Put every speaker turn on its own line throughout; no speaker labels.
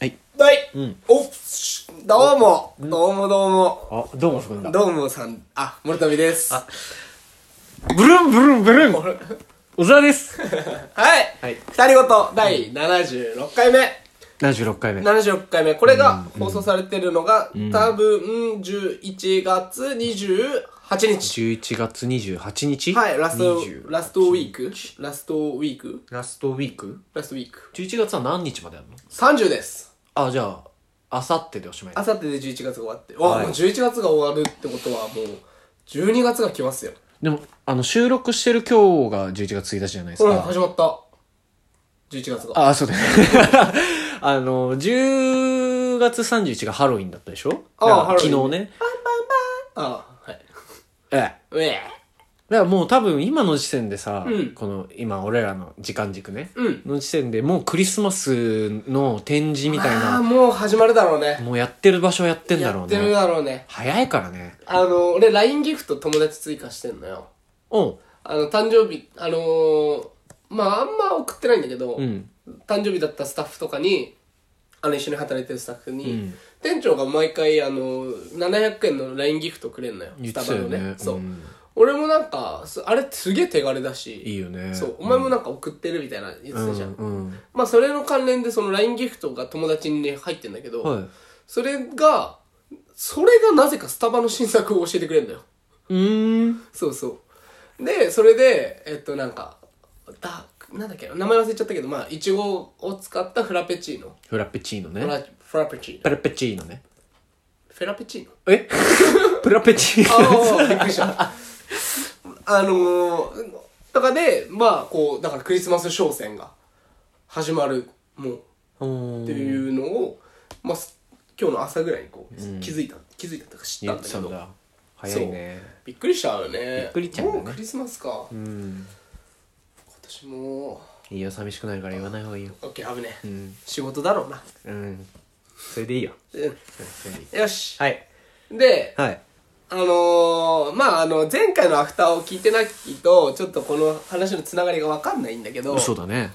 はい。
はい、
ん
おっしどうもどうもどうも
あ、どうも、そこなんだ。
どうもさんあ諸富ですは
ブルンブルンブルン 小沢です。
い、
はい
二人ごと第76回目、
76回目。
76回目これが放送されてるのが、多分11月28日、
11月28日
はいラスト
20
ラストウィークラストウィーク
ラストウィーク
ラストウィーク
?11 月は何日まであるの
30です
あ、じゃあ、あさってでおしまい
あ
だ。
さってで11月が終わって、
はい
わあもう11月が終わるってことはもう12月が来ますよ
でも、あの、収録してる今日が11月1日じゃないです
うん
か。
始まった11月が
あ、そうだよね。 あの、10月31日がハロウィンだったでしょ
あ
なんか
ハロウィン
昨日ね。
あはい
ええ。
うえ
だからもう多分今の時点でさ、
うん
この今俺らの時間軸ね、
うん
の時点でもうクリスマスの展示みたい
ああ
な、
もう始まるだろうね
もうやってる場所やってんだ
や
ろう
ってる
ね。
だろうね
早いからね。
あの俺 LINE ギフト友達追加してんのよ
おう。
あの誕生日あのー、まああんま送ってないんだけど、
うん。
誕生日だったスタッフとかにあの一緒に働いてるスタッフに、
うん
店長が毎回あの700円の LINE ギフトくれんのよ
言ってたよね
スタバのそう、
うん
俺もなんかすあれすげえ手軽だし
いいよね
そうお前もなんか送ってるみたいな言って
う
たじゃん、
ん。
まあそれの関連でその LINE ギフトが友達にね入ってんだけど、
うん。はい。
それがそれがなぜかスタバの新作を教えてくれるんだよ
うーん。
そうそうでそれでえっとなんかだなんだっけな名前忘れちゃったけどまあいちごを使ったフラペチーノ
フラペチーノ
フ
ね。
ラフラペチーノ
フラペチーノね。
フェラペチー ノ
え フラペチーノ。
ああびっくりしたあのー、とかでまあこうだからクリスマス商戦が始まるも
う
う
ん
っていうのを、まあ、す今日の朝ぐらいにこう、気づいた気づいたとか知っ
言
たん
っ
だ
て
け
たん
ど
だ。早いね。
びっくりしちゃうよね
びっくりしちゃうよね
もうクリスマスか、
う
今
ん。
年も
いいよ、寂しくなるから言わない方がいいよ。
オッケー危ねえ、
ん
仕事だろうな、
うん。それでいいよ。
う
うんそれでいい
ん、よし、
はい。
で
はい。
あのー、まああの前回のアフターを聞いてないとちょっとこの話のつながりが分かんないんだけど
そうだね。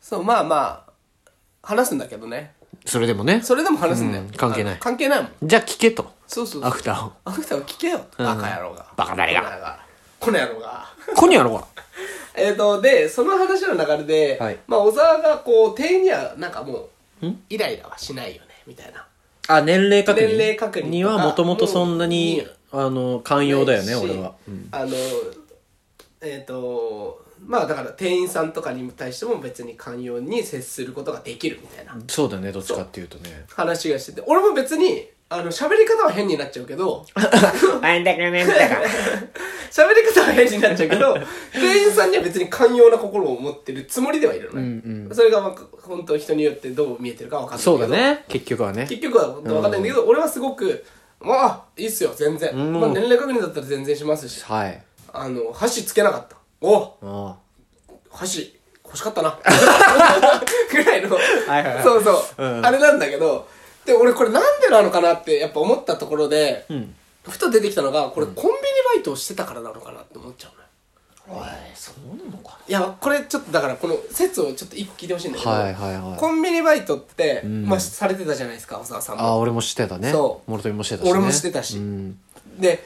そうまあまあ話すんだけどね
それでもね。
それでも話すんだよ、
うん関係ない
あの関係ないもん
じゃあ聞けと。
そうそうそう
アフターを。
アフターを聞けよ、バカ野郎が
バカ誰が
この野郎が
こにやろうが。
えっとでその話の流れで、
はい
まあ小沢がこう店員にはなんかもうんイライラはしないよねみたいな
あ、年齢確認。
年齢確認とか
にはもともとそんな
も
に
う、
あの、寛容だよね、
し
俺は。
あのえっ、とまあだから店員さんとかに対しても別に寛容に接することができるみたいな
そうだね、どっちかっていうとね。
話がしてて俺も別にあの喋り方は変になっちゃうけど
あんだかなんだか。
喋り方は変になっちゃう けど店員さんには別に寛容な心を持ってるつもりではいるのね、
うん
それが、まあ、本当人によってどう見えてるかわかんないけ
そ
ど
うだね、結局はね。
結局は本当わかんないんだけど、俺はすごく「まあいいっすよ全然、
ん
まあ、年齢確認だったら全然しますし
はい。
あの箸つけなかったお
あ
箸欲しかったな ぐらいの
はいはいはい
そうそう、
うん
あれなんだけどで俺これなんでなのかなってやっぱ思ったところで、
ん
ふと出てきたのがこれコンビニバイトをしてたからなのかなって思っちゃうのよ
あ。おい、そうなのか
いやこれちょっとだからこの説をちょっと一個聞いてほしいんだけど、
はいはいはい
コンビニバイトって、
ん
まあ、されてたじゃないですか小沢さんも
あ、俺もしてたね。
そう
諸富もしてたしね。
俺もしてたし
うん
で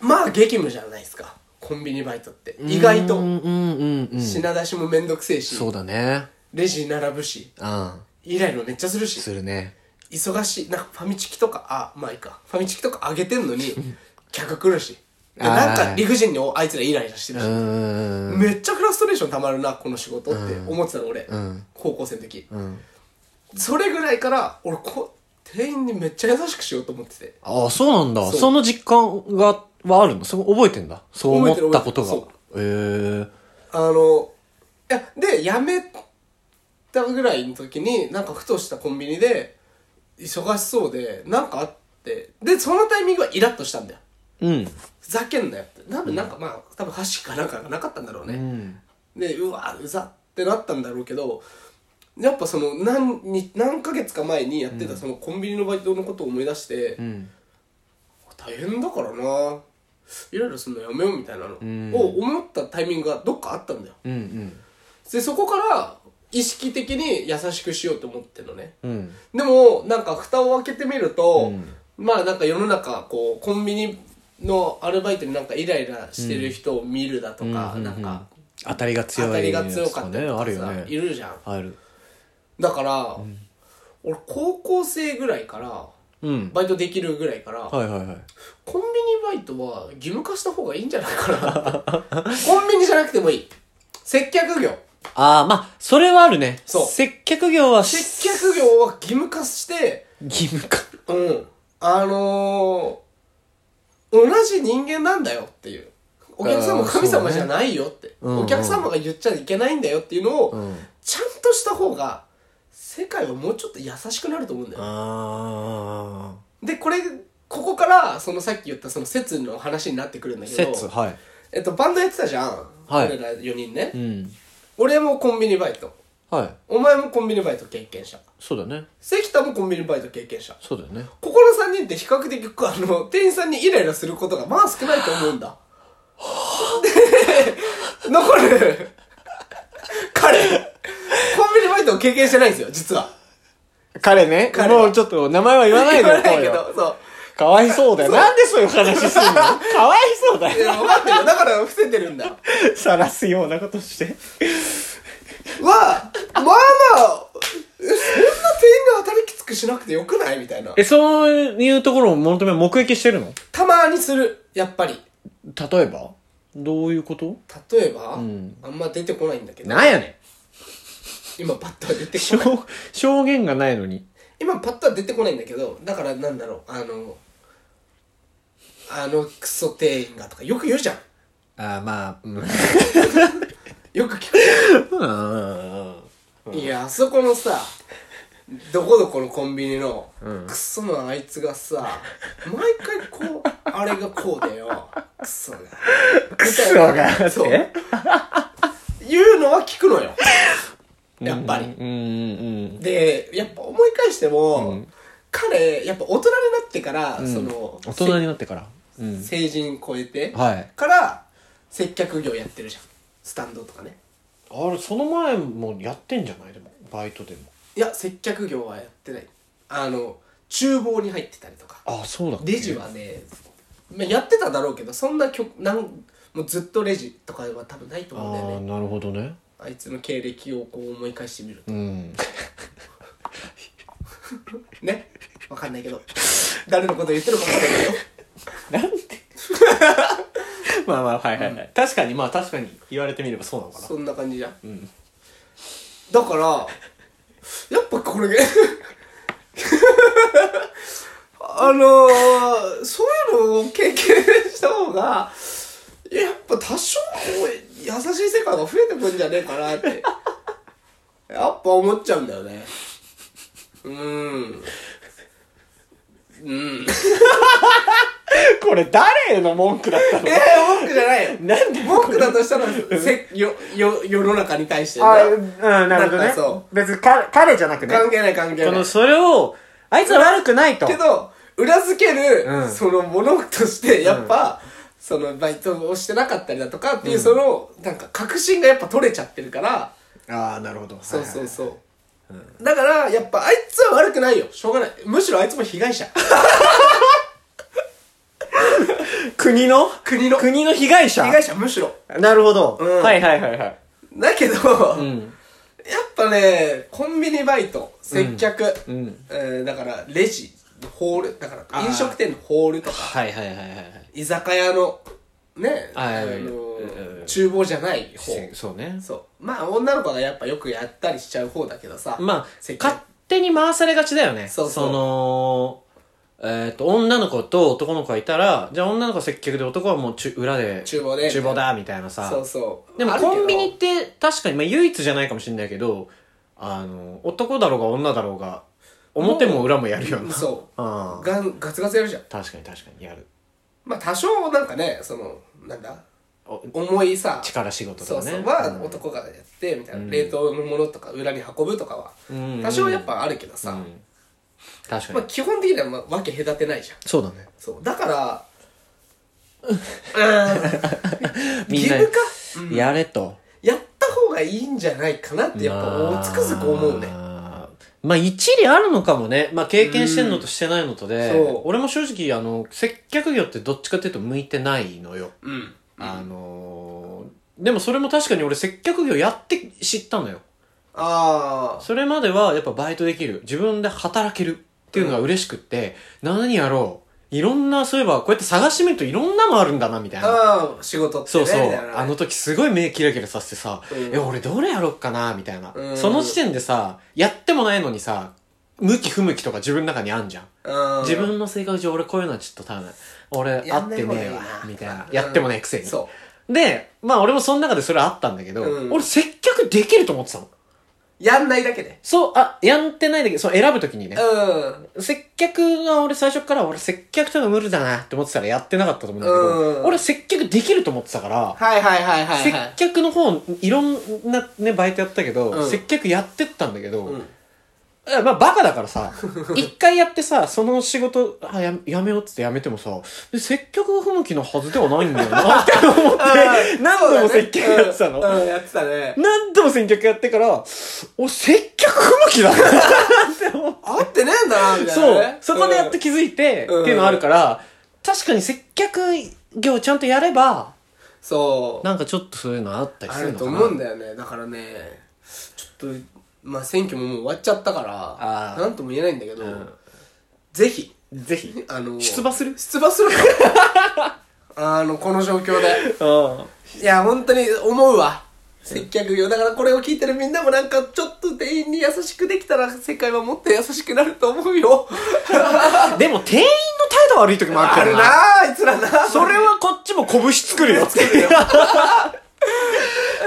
まあ激務じゃないですかコンビニバイトって意外
う
と
んうんうんうん。
品出しもめんどくせえし
そうだね。
レジ並ぶし
うん。
イライラめっちゃするし
するね。
忙しいなんかファミチキとかあまあいいかファミチキとかあげてんのに客来るしで
あー
なんか理不尽におあいつらイライラしてる
う
し、
ん。
めっちゃフラストレーションたまるなこの仕事って思ってたの俺、
ん
高校生の時、
ん
それぐらいから俺こ店員にめっちゃ優しくしようと思ってて
ああ、そうなんだ。
そう
その実感が、はあるのそこ覚えてんだ。そう思ったことが
覚えてる。
ええー。
あのいやで辞めたぐらいの時になんかふとしたコンビニで忙しそうでなんかあってでそのタイミングはイラッとしたんだよ
うん。
ふざけんなよって多分なんかまあ、多分箸かなんかがなかったんだろう
う
ね、
ん。
でうわうざってなったんだろうけどやっぱその何に何ヶ月か前にやってたそのコンビニのバイトのことを思い出して、
うん。
大変だからなイライラするのやめようみたいなの
ん
を思ったタイミングがどっかあったんだよ
うんうん。
でそこから意識的に優しくしようと思ってるのね。
うん。
でも、なんか蓋を開けてみる
う
と、
ん
まあなんか世の中、こう、コンビニのアルバイトになんかイライラしてる人を見るだとか、
うん
なんか、
当たりが強い
当たりが強かったり
やつとかね
と
あ
か
るよ
さ、い
ね
るじゃん。
ある
だから、俺高校生ぐらいから、
うん
バイトできるぐらいから、
はいはいはい
コンビニバイトは義務化した方がいいんじゃないかな ってコンビニじゃなくてもいい接客業
ああまあそれはあるね
そう
接客業は
接客業は義務化して
義務化
うんあのー、同じ人間なんだよっていうお客様
あー
神
そう
様
ね
じゃないよって、
うんうん
お客様が言っちゃいけないんだよっていうのを、
うん
ちゃんとした方が世界はもうちょっと優しくなると思うんだよ
あ
でこれここからそのさっき言ったその説の話になってくるんだ
あ
けど
説はい
えっと、バンドやってたじゃん。
はい
俺ら4人ね。
うん
俺もコンビニバイト。
はい
お前もコンビニバイト経験者。
そうだね
関田もコンビニバイト経験者。
そうだよね
ここの3人って比較的、あ の、店員さんにイライラすることがまあ少ないと思うんだ。で、残る、彼、コンビニバイトを経験してないんですよ、実は。
彼ね
彼は
もうちょっと名前は言わないで
言わ
おこ
な
う
いけ
よ
ど、 そう。
かわいそうだよなんでそういう話すんのかわいそうだ
いや、
よ
分かってるよだから伏せてるんだ。は、
さらすようなことして
まあまあ、そんな店員が当たりきつくしなくてよくないみたいな。
えそういうところを求め目撃してるの
たまにするやっぱり
例えばどういうこと
例えば、
ん
あんま出てこないんだけど
なんやねん
今パッとは出てこ
証
ない
証言がないのに
今パッとは出てこないんだけどだからなんだろうあのあのクソ店員がとかよく言うじゃん
ああまあうん
よく聞くいやあそこのさどこどこのコンビニの、クソのあいつがさ毎回こうあれがこうだよクソがク
ソがって
そう言うのは聞くのよやっぱり、
うんうん
でやっぱ思い返しても、彼やっぱ大人になってから、その
大人になってからうん
せ成人超えて、
はい
から接客業やってるじゃんスタンドとかね
あれその前もやってんじゃないでもバイトでも
いや接客業はやってないあの厨房に入ってたりとか
あそうだ
レジはね、まあ、やってただろうけどそんなきょなんもうずっとレジとかは多分ないと
ああ
思うん
ー
だよね
なるほどね
あいつの経歴をこう思い返してみると
うん
ねわかんないけど誰のこと言ってるかもしれないよ
なんで まあまあはいはいはい確かにまあ確かに言われてみればそうなのかな
そんな感じじゃん、
ん
だからやっぱこれ ねあのー、そういうのを経験した方がやっぱ多少こう優しい世界が増えてくんじゃねえかなってやっぱ思っちゃうんだよねうんうん
これ誰への文句だったの
えー、文句じゃないよ
なんで
文句だとしたらせよよ世の中に対して ね
あうんなるほど
なん
ね
かそ
別に彼彼じゃなくね
関係ない関係
こ
ない
のそれをあいつは悪くないと
けど裏付ける、
うん
そのものとしてやっぱ、そのバイトをしてなかったりだとかっていう、そのなんか確信がやっぱ取れちゃってるから
ああなるほど
そうそうそう、だからやっぱあいつは悪くないよしょうがないむしろあいつも 被害者
国の
国の被
国の被害者
害者むしろ
なるほど、
うん
はいはいはいはい
だけど、やっ
ん
ぱねコンビニバイト接客、
うん
えーだからレジホールだから
あー
飲食店のホールとか
はいはいはいはいはい
居酒屋のね
あー
の
うん
厨房じゃない方
そうね
そうまあ女の子がやっぱよくやったりしちゃう方だけどさ
まあ
接客
勝手に回されがちだよね
そうそう
のえっ、と女の子と男の子がいたらじゃあ女の子接客で男はもうちゅ裏で
厨房で
厨房だみたいなさ
そうそう
でも
あるけど
コンビニって確かに、まあ、唯一じゃないかもしれないけどあの男だろうが女だろうが表も裏もやるよな
そ
ああ
うガンガツガツやるじゃん
確かに確かにやる
まあ多少なんかねそのなんだ
お
重いさ
力仕事と
そ
か
う
ね
そうは男がやってみたいな、冷凍のものとか裏に運ぶとかは
うん
多少やっぱあるけどさ、
うん確かに、
まあ、基本的にはまあわけ隔てないじゃん
そうだね
そうだ からうん義務化
やれと
やった方がいいんじゃないかなってやっぱつくづく思うね、
まあまあ一理あるのかもね。まあ経験してんのとしてないのとで、
うんそう
俺も正直あの、接客業ってどっちかっていうと向いてないのよ。
うん
あのーでもそれも確かに俺接客業やって知ったのよ。
ああ
それまではやっぱバイトできる。自分で働けるっていうのが嬉しくって、何やろう。いろんな、そういえばこうやって探してみるといろんなのあるんだな、みたいな。
ああ仕事って
そ
ね
うそう
みたいなね。
あの時すごい目キラキラさせてさ、
うん
え、俺どれやろっかなみたいな、
うん
その時点でさ、やってもないのにさ、向き不向きとか自分の中にあんじゃん。
うん
自分の性格上俺こういうのはちょっと多分、俺合
やん
っ
な
て
い方が
ね
いい
え
な
わ、みたいな。やってもねえくせに。
そ
で、まあ俺もその中でそれあったんだけど、
うん
俺接客できると思ってたの。
うやんないだけで
そう、あ、やってないんだけど、そう選ぶときにね。
うん
接客が俺最初から俺接客とか無理だなって思ってたらやってなかったと思うんだけど、
うん
俺接客できると思ってたから、
はいはいはいはいはい
接客の方いろんなねバイトやったけど、
うん
接客やってったんだけど、
うん
えまあバカだから さ一回やってさその仕事あややめようっつってやめてもさで接客が不向きのはずではないんだよ なって思って何度も接客やってたの、
うんうんやってたね
何度も接客やってからお接客不向きだ な
合ってねえんだなみたいな
そ
ね
う。そこでやっと気づいて、
うん
っていうのあるから、確かに接客業ちゃんとやれば、
そう
なんかちょっとそういうのあったり
あ
する
る
の
と
かな。
思うんだよねだからねちょっとまあ選挙ももう終わっちゃったから
あー
なんとも言えないんだけど、
ん
ぜひ
ぜひ。
あの
出馬する
出馬するか あのこの状況で
うん。
いや本当に思うわ接客業だからこれを聞いてるみんなもなんかちょっと店員に優しくできたら世界はもっと優しくなると思うよ
でも店員の態度悪い時もある
あ
から
る
な。
なあいつらな
それはこっちも拳作るよって。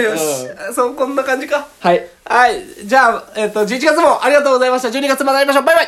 よし、そうこんな感じか
はい。
はいじゃあ、えっと11月もありがとうございました12月また会いましょうバイバイ